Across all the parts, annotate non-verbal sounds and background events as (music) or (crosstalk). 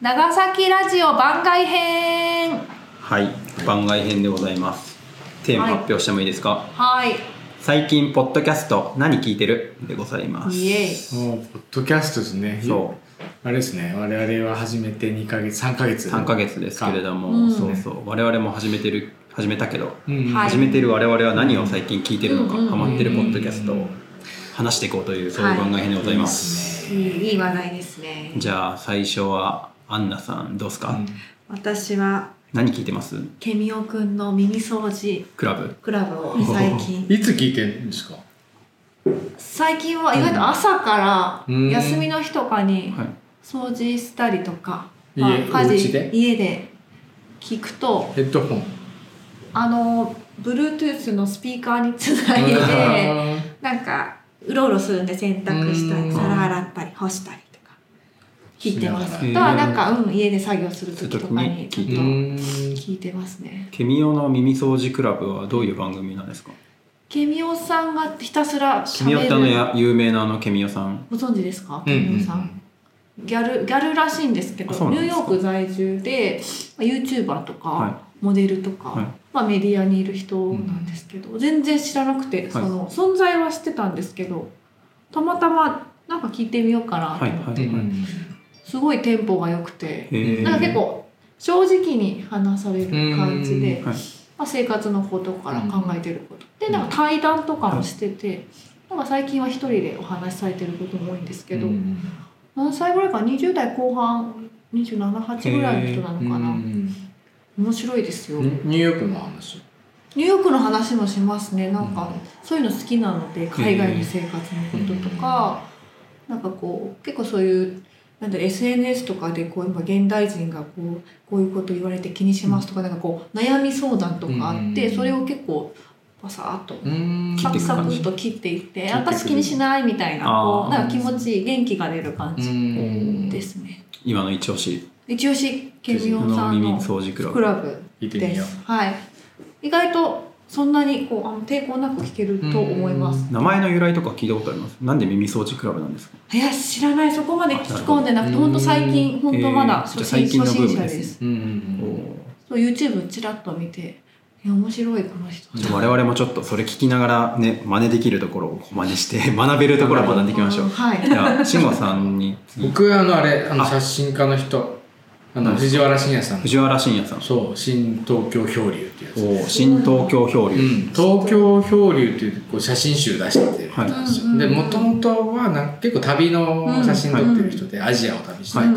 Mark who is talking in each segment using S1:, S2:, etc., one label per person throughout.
S1: 長崎ラジオ番外編
S2: はい、番外編でございます。テーマ
S1: はい
S2: 発表してもいいですか、
S1: はい
S2: 最近、ポッドキャスト、何聞いてるでございます。
S1: イエイ
S3: もうポッドキャストですね
S2: そ
S3: あれですね我々は始めて2か月3か月
S2: う、3ヶ月ですけれども、
S1: うん
S2: そうそう、我々も始めてる、始めたけど、
S3: うんうん、
S1: はい
S2: 始めてる我々は何を最近聞いてるのか、
S1: うん
S2: ハマってるポッドキャストを話していこうという、そういう番外編でございます。
S1: いいいい話題ですね
S2: じゃあ、最初は、アンナさん、どうですか、
S3: うん
S1: 私は
S2: 何聞いてます
S1: ケミオくんの耳掃除
S2: クラブ
S1: クラブを最近
S3: いつ聞いてるんですか
S1: 最近は意外と朝か
S3: う
S1: ら
S3: ん
S1: 休みの日とかに
S2: はい。
S1: 掃除したりとか、
S3: 家お家で
S1: 家で聞くと
S3: ヘッドホン
S1: あの Bluetooth のスピーカーにつないでなんかうろうろするんで洗濯した
S3: う
S1: り
S3: ん
S1: 皿洗ったり干したりとか聞いてますあ
S3: し
S1: と
S2: なが
S1: は
S2: ら
S1: なんか、うん、家で作業する時とかに
S2: そう
S1: ち
S2: い
S1: ょ
S2: う
S1: っ
S2: 時に聞いて
S1: と聞いて
S3: うん
S1: ますね
S2: ケミオの耳掃除クラブはどういう番組なんですか
S1: ケミオさんがひたすらし
S2: ケ
S1: ゃ
S2: ミオっ
S1: べ
S2: てあの
S1: る
S2: や有名なあのケミオさん
S1: ご存知ですか
S3: うん
S1: ケミオさんギャルギャルらしいんですけど
S2: あそう
S1: ニ
S2: な
S1: ュ
S2: ん
S1: ー
S2: です
S1: ヨ
S2: か
S1: ーク在住でまあ YouTuber とか、
S2: は
S1: モデルとか、
S2: はい
S1: まあ、メディアにいる人なんですけど、全然知らなくて、その存在は知ってたんですけどたまたまなんか聞いてみようかなと思って、
S2: はいは
S3: う
S2: い
S3: ん
S1: すごいテンポが良くて
S2: へー
S1: なんか結構正直に話される感じで
S3: う、
S2: はい
S1: まあ、生活のことから考えてること、でなんか対談とかもしてて、なんか最近は一人でお話しされてることも多いんですけど、
S3: うん
S1: 何歳ぐらいか20代後半278ぐらいの人なのかな、
S3: うん
S1: 面白いですよ、
S3: ニニューヨークの話
S1: ニューヨークの話もしますねなんかそういうの好きなので海外の生活のこととか、なんかこう結構そういうなんだろう SNS とかでこう今現代人がこうこういうこと言われて気にしますとか,、なんかこう悩み相談とかあって、
S3: うん
S1: それを結構パサーっと。
S3: うん
S1: サク
S2: いく
S1: サ
S2: 感
S1: ク
S2: じ
S1: っと切っていって
S3: 切っていく
S1: 私気にしないみたいなこ
S2: あー
S1: うなんか気持ちいい元気が出る感
S3: う
S1: じ
S3: ん
S1: ですね、
S2: 今の一押し
S1: 一押しケミ
S2: あ
S1: オンさ
S2: の
S1: ん
S2: 耳
S1: の
S2: 掃除クラ
S1: ク
S2: ブ
S1: ラブ
S3: 聞いてみ
S1: で
S3: よう
S1: す。はい。意外とそんなにこうあの抵抗なく聞けると思います。
S2: 名前の由来とか聞いたことありますなんで耳掃除クラブなんですか
S1: いや知らないそこまで聞き込んでなくて
S3: あなるほど
S1: 本当最近本当まだ
S2: えー
S1: 初
S2: じゃあ
S1: 心
S2: 最近の
S1: 初
S2: ブーム
S1: 心者
S2: ですね
S1: です。
S3: う
S2: お
S3: んうん
S2: ー
S1: そう YouTube ちらっと見て。いや面白いこの人
S2: じゃあ我々もちょっとそれ聞きながらね真似できるところを真似して (laughs) 学べるところを学んでいきまし
S1: ん
S2: ょう
S1: はい
S2: じゃあ慎吾さんに次
S3: 僕あのあれあの
S2: あ
S3: 写真家の人あの
S2: うん
S3: 藤原信也さん
S2: 藤原信也さん
S3: そう新東京漂流ってやつ
S2: おー新東京漂流、
S3: うん、東京漂流っていうこう写真集出してる人なんですよ、
S1: はい
S3: でもともとはなんか結構旅の写真撮ってる人で、アジアを旅して、
S1: はい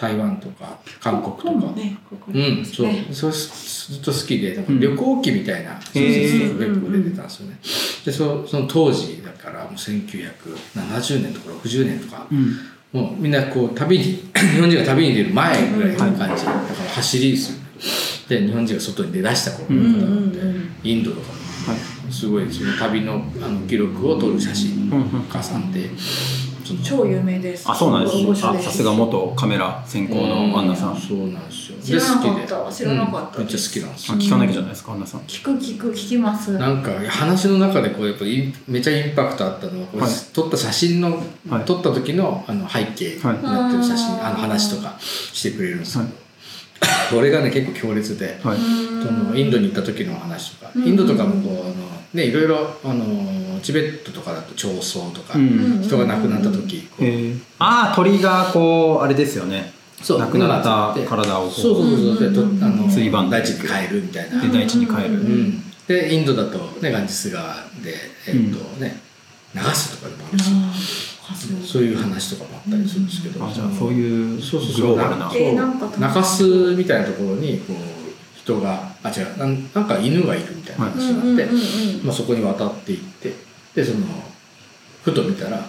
S3: 台湾とか韓国とか、
S1: 本もねここ
S3: う
S1: にあり
S3: ん
S1: ます
S3: そう
S1: ね
S3: そうすずっと好きでなんか旅行記みたいな小説が結構出てたんですよね、でそその当時だからもう1970年とか60年とか
S2: うん
S3: もうみんなこう旅に (clears throat) 日本人が旅に出る前ぐらいの感じだから走りですよねで日本人が外に出だした頃の方なので、
S1: うんうんうん
S3: インドとかも
S2: はい
S3: すごいその旅のあの記録を撮る写真
S2: うんうん
S3: 家さんでその
S1: 超有名です
S2: あそうなんですね
S1: 大御
S2: あ
S1: 所
S2: さすが元カメラ専攻のアンナさん、
S3: そうなんですよ
S1: 知らなかった
S3: で好きで
S1: 知らなかった
S3: うん
S1: で
S3: めっちゃ
S1: す
S3: 好きなんです
S2: あ
S3: よ
S2: 聞かなきゃじゃないですかアンナさん
S1: 聞く聞く聞きます
S3: なんか話の中でこうやっぱインめちゃインパクトあったのはこう
S2: はい
S3: 撮った写真の、
S2: はい
S3: 撮った時のあの背景になってる写真、
S1: はい
S3: あの話とかしてくれるんですけど、
S2: は
S3: これがね結構強烈で、
S2: はい、
S3: そのインドに行った時の話とか、
S1: うん
S3: インドとかもこうあの、ね、いろいろあのチベットとかだと長僧とか、
S2: うん
S3: 人が亡くなった時、こう
S2: えー、ああ鳥がこうあれですよね
S3: そう
S2: 亡くなった体をこう
S3: そうそうそうそうでと
S1: うん
S3: あの
S2: 追番
S3: 大地に変えるみたいな、
S2: で大地に帰る、
S1: う
S3: うんでインドだとねガンジス川でえっとね、流すとかでもあるし、そういう話とかもあったりするんですけど、
S2: あじゃあそういう
S3: そうそう
S2: グ
S3: そう
S2: ローバルな
S3: そう
S1: えーなんか楽しそう
S3: 中州みたいなところにこう人があ違うなんなんか犬がいるみたいな話になって、まあ、そこに渡っていってでそのふと見たら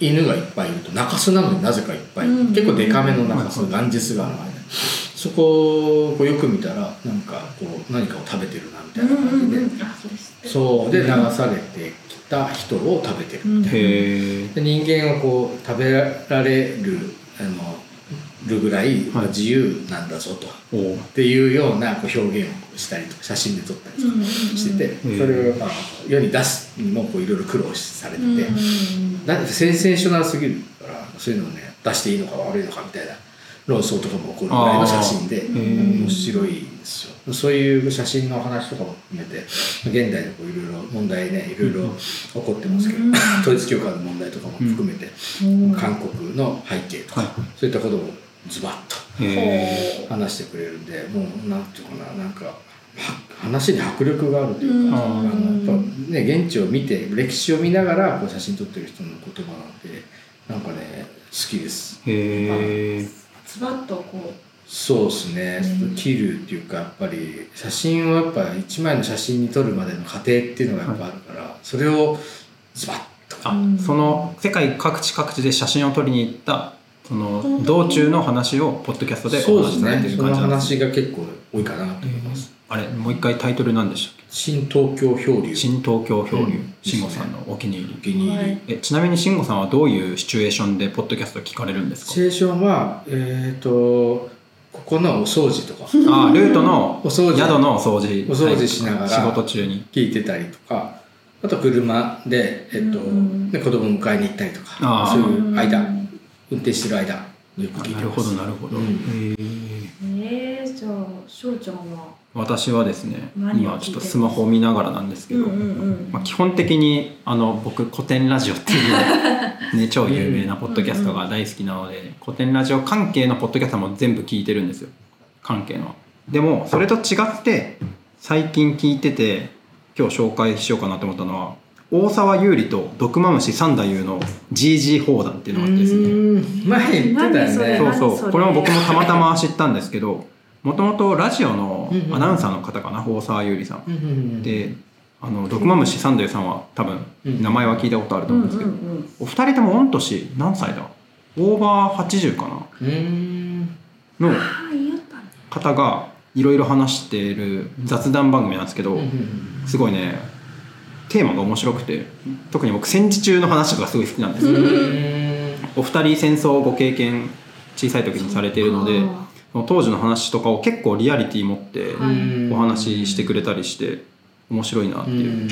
S3: 犬がいっぱいいると中州なのになぜかいっぱいいる、
S1: うん
S3: 結構デカめの中
S2: う
S3: 州
S2: ん
S3: ガンジス川の間にそこをこうよく見たらなんかこう何かを食べてるなみたいな感じで、そうで流されてきた人を食べてるみたいな。
S2: へえ
S3: で人間はこう食べられるあのるぐらい
S2: はい
S3: 自由なんだぞと、っ
S2: おー
S3: ていうようなこう表現をしたりとか写真で撮ったりとかしてて、
S2: うん
S3: それを、まあ、世に出すにもこういろいろ苦労されてて、
S1: うんうん
S3: だってセンセーショナルすぎるからそういうのをね出していいのか悪いのかみたいな論争とかも起こるぐらいの写真で
S1: あーへー
S3: 面白いですよそういう写真の話とかも含めて現代のこういろいろ問題ねいろいろ起こってますけど、
S1: うん
S3: 統一教会の問題とかも含めて、
S1: うん
S3: 韓国の背景とか、
S2: はい
S3: そういったことをズバッと
S2: え
S3: 話してくれるんでもうなんていうかななんかは話に迫力があるというか、
S2: うん
S3: あのやっぱね現地を見て歴史を見ながらこう写真撮ってる人の言葉なんでなんかね好きです
S2: ー、えー、
S1: ズバッとこ
S3: そうですね
S1: うん
S3: 切るっていうかやっぱり写真をやっぱ一枚の写真に撮るまでの過程っていうのがやっぱあるから、それをズバッと
S2: あ
S1: うん
S2: その世界各地各地で写真を撮りに行ったその道中の話をポッドキャストで
S3: そ
S2: お
S3: うで
S2: 話し
S3: す
S2: されて
S3: ね
S2: る
S3: その
S2: 感じなんですね
S3: 話が結構多いかなと思います、
S2: あれもう一回タイトルなんでしたっけ
S3: 新東京漂流
S2: 新東京漂流
S3: うん
S2: 慎吾さんのお気に入
S3: お
S2: り
S3: 気に入り、
S1: はい
S2: えちなみに慎吾さんはどういうシチュエーションでポッドキャスト聞かれるんです
S3: シチ
S2: か
S3: ュエーションは、えっ、と、ここのお掃除
S2: (laughs)
S3: とか、
S2: あールートの
S3: お掃除
S2: 宿のお掃除
S3: お掃除しながら
S2: 仕事中に
S3: 聞いてたりとか、あと車で、えっ、と、
S1: うん
S3: ね子供迎えに行ったりとか、
S2: あ
S3: そう
S2: ー
S3: いう間、
S1: うん
S3: 運転してる間、よく聞い
S2: な
S3: て
S2: る
S3: ま
S2: ほど
S3: す。
S2: なるほど、
S3: うん
S2: へー
S4: えー、じゃあ翔ちゃんは
S2: 私はですね
S4: 何を聞いてる
S2: 今ちょっとスマホを見ながらなんですけど、
S4: うん
S2: まあ、基本的にあの僕古典ラジオっていう、
S4: (laughs)
S2: ね、超有名なポッドキャストが大好きなので、古典ラジオ関係のポッドキャストも全部聞いてるんですよ関係のでもそれと違って最近聞いてて今日紹介しようかなと思ったのは大沢優里と毒マムシ三太夫の GG 砲弾っていうのがあってですね
S3: うん前言ってた
S4: 何それ
S3: よ
S2: そ
S3: ね。
S2: うそう
S4: 何それ
S2: これも僕もたまたま知ったんですけどもともとラジオのアナウンサーの方かな大沢優里さん
S3: うんうんうん
S2: であの毒マムシサンデーさんは多分
S3: うん
S2: 名前は聞いたことあると
S4: うんう
S2: 思うんんですけど、お二人とも御年何歳だオーバー80か
S3: うん。
S2: なの
S4: ああ言いよったね
S2: 方がいろいろ話している雑談番組なんですけど、
S3: うんうん
S2: すごいねテーマが面白くて特に僕戦時中の話とかすごい好きなんですよ、お二人戦争をご経験小さい時にされているので
S4: あ
S2: その当時の話とかを結構リアリティ持って
S4: はい
S2: お話ししてくれたりして面白いなっていう。
S3: うん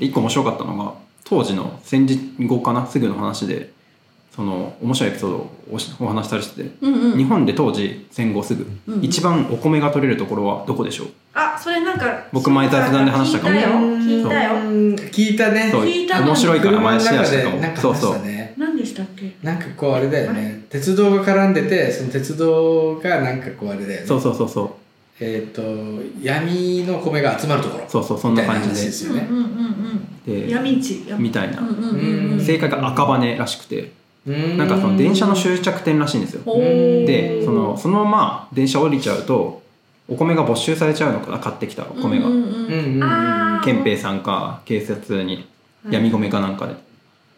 S2: 一個面白かったのが当時の戦時後かなすぐの話でその面白いエピソードをおしお話しされてて、
S1: う、うんうん、
S2: 日本で当時戦後すぐ、
S1: うんうん
S2: 一番お米が取れるところはどこでしょう
S4: あそれなんか
S2: 僕前雑談で話したかも
S4: 聞いたよ聞いたよ
S3: うん聞いたね。
S2: そう
S4: 聞いた
S2: 面白いから
S3: 車の
S2: 前シェ
S3: 中
S2: アして
S3: で
S2: たか
S3: なん
S2: も
S3: か
S2: そう
S3: 話し
S2: そう
S3: たね。
S4: 何でしたっけ
S3: なんかこうあれだよね鉄道が絡んでてその鉄道がなんかこうあれだよね
S2: そうそうそうそう
S3: えっ、と闇の米が集まるところ
S2: そうそうそんな感
S3: みたいな話で
S2: じ
S3: すよね
S4: うんうんうんう
S2: で
S4: ん
S2: で
S4: 闇市闇
S2: みたいな、
S4: うんうんうんうん
S2: 正解が赤羽らしくて
S3: うん
S2: なんかその電車の終着点らしいんですよ
S4: ほー
S2: でそのそのまま電車降りちゃうとお米が没収されちゃうのかな買ってきたお米が、
S4: うんうん
S3: う
S4: う
S3: んうんんうん
S4: あー
S2: 憲兵さんか警察に闇米かなんかで、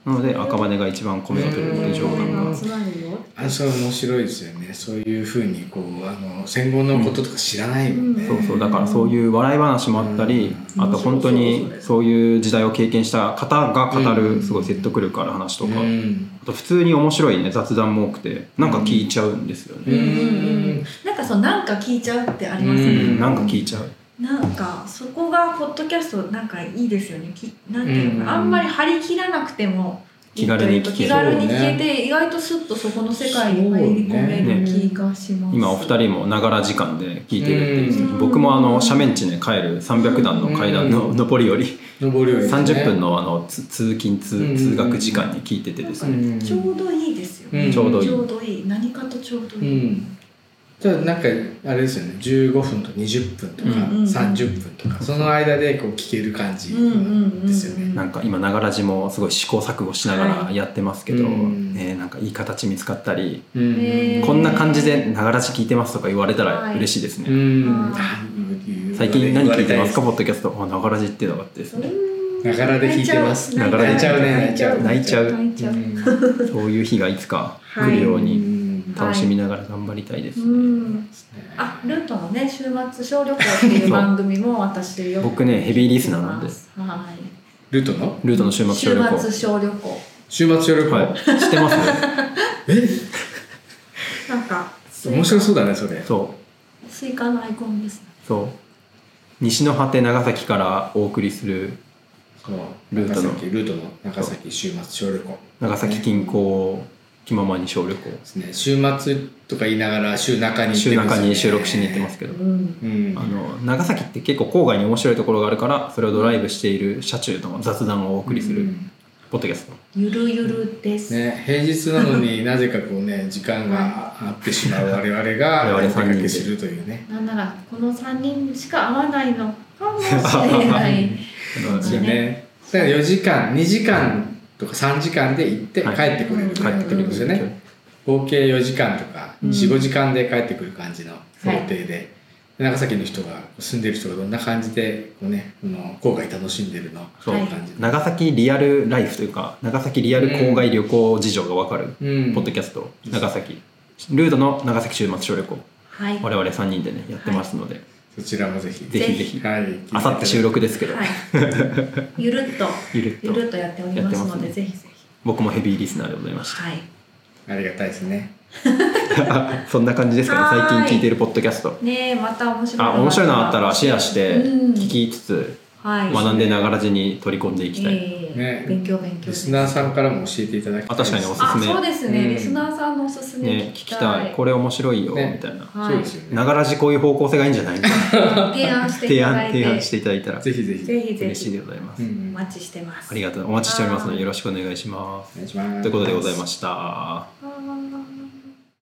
S2: なので赤羽が一番米を取れるっていう状況
S4: 米
S2: が
S4: が集まるよ
S3: あそれ面白いですよねそういうふうにこうあの戦後のこととか知らないもん
S4: う
S3: ね、
S4: ん
S2: そうそうだからそういう笑い話もあったり、あと本当にそういう時代を経験した方が語
S3: う
S2: る
S3: ん
S2: すごい説得力ある話とか、
S3: うん
S2: あと普通に面白いね雑談も多くてなんか聞いちゃうんですよ
S3: うん
S2: ね、
S3: うんうん
S4: なんかそうなんか聞いちゃうってあります
S3: う
S4: よ
S3: ん
S4: ね
S2: うんなんか聞いちゃう
S4: なんかそこがポッドキャストなんかいいですよねきなんていうのか
S3: うん
S4: なあんまり張り切らなくても
S2: 気軽に聞ける
S4: 気軽に聞けて意外とスッとそこの世界に入り込める気がします
S2: 今お二人もながら時間で聞いてるっていう、
S4: うん
S2: 僕もあの斜面地に帰る300段の階段の上りより
S3: 登り降りですね
S2: 30分のあのつ通勤通通学時間に聞いててです
S3: う
S2: ね、
S3: ん
S4: ちょうどいいですよね、
S3: うんちょう
S2: どいい
S4: ちょうどいい何かとちょうど
S3: う
S4: いい、
S3: んじゃあなんかあれですよね15分と20分とか
S2: うん
S4: うんうん
S3: 30分とかその間でこう聞ける感じですよね、
S4: うん
S2: なんか今ながらじもすごい試行錯誤しながらやってますけど、
S3: はいうん
S2: ね、なんかいい形見つかったり、
S3: うん
S4: へー
S2: こんな感じでながらじ聞いてますとか言われたら
S4: はい
S2: 嬉しいですね、
S3: うん
S4: あー
S3: あー
S2: 最近何聞いてますか
S3: 言わ
S2: ポッドキャストあながらじっていうのがあってですね
S3: れたいですながらで聞いてます
S2: ながらで聞いてます
S3: 泣いちゃうね
S2: 泣いちゃう
S4: 泣いちゃう
S2: そういう日がいつか来るように
S3: うん
S2: 楽しみながら頑張りたいです、
S4: うんあルートのね週末小旅行っていう番組も私よく
S2: 僕ねヘビーリスナーなんで
S4: はい
S3: ルートの
S2: ルートの週末小旅行
S4: 週末小旅行
S3: 週末夜旅行、
S2: はい知ってます (laughs)
S3: え
S4: なんか
S3: 面白そうだねそれ
S2: そう
S4: スイカのアイコンですね
S2: そう西の果て長崎からお送りする
S3: そう
S2: ルートの
S3: 長崎ルートの長崎週末小旅行
S2: 長崎近郊を気ままに小旅行
S3: ですね週末とか言いながら週中に
S2: 週中に収録
S3: 録
S2: しに行ってますけど、
S1: うん
S3: うん
S2: あの長崎って結構郊外に面白いところがあるからそれをドライブしている車中との雑談をお送りす
S3: う
S2: る
S3: ん
S2: ポッドキャスト、
S1: ゆるゆるです、
S3: ね、平日なのになぜかこうね時間が合ってしまう我々が
S2: 我
S3: お出
S2: 々三
S3: か
S2: 人で
S3: けするというね
S1: なんならこの3人しか会わない
S2: (laughs)
S1: のかもしれない
S2: あの
S3: ですよねだから4時間2時間とか3時間で行って帰
S2: はい
S3: ってこれる
S1: うん
S3: と
S2: 帰
S3: い
S2: っ
S3: う
S2: てく
S3: こと
S2: る
S3: ですよね、合計4時間とか
S1: うん
S3: 45時間で帰ってくる感じの想
S1: はい
S3: 定で、長崎の人が住んでる人がどんな感じでこう、ね、この郊外楽しんでるの
S2: そう
S3: そういう感じで、
S2: 長崎リアルライフというか長崎リアル郊外旅行事情がわかる
S3: うん
S2: ポッドキャスト、長崎ルードの長崎週末小旅行
S1: はい
S2: 我々3人でねやってますので、
S3: そちらもぜひ
S2: ぜひぜひ
S3: はい、
S2: あさって収録ですけど、
S1: はい、ゆるっと
S2: ゆるっ
S1: ゆ
S2: と
S1: るっとやっております
S2: やって
S1: の
S2: ます
S1: で
S2: ね
S1: ぜひぜひ
S2: 僕もヘビーリスナーでございまし
S1: はい
S3: ありがたいですね
S2: た (laughs) そんな感じですかね
S1: はーい
S2: 最近聞いてるポッドキャスト
S1: ねえまた面白い
S2: あ面白いのあったらシェアして
S1: うん
S2: 聞きつつ、
S1: はい
S2: 学んでながらじに取り込んでいきたい、
S1: ええ
S3: ね
S1: 勉強勉強
S3: リスナーさんからも教えていただきた
S2: あ
S3: い
S2: 確かにおす
S1: あ
S2: すめ
S1: そうですね、
S3: うん
S1: リスナーさんのおすすめ
S2: ね聞きたいこれ面白いよ、
S3: ね
S2: みたいな
S1: は
S3: そう
S1: い
S3: ですよね
S2: ながらじこういう方向性がいいんじゃないみたいな
S1: 提案してい
S2: 提
S1: ただ
S2: 案
S1: いて
S2: 提案していただいたら
S3: ぜひぜひ
S1: ぜひぜ
S2: 嬉しい
S1: ひ
S2: でございます、
S3: うん
S1: お待ちしてます
S2: ありがとうお待ちしておりますの
S1: は
S2: で
S1: い
S2: よろしくお願いします
S3: お願いします
S2: ということでございました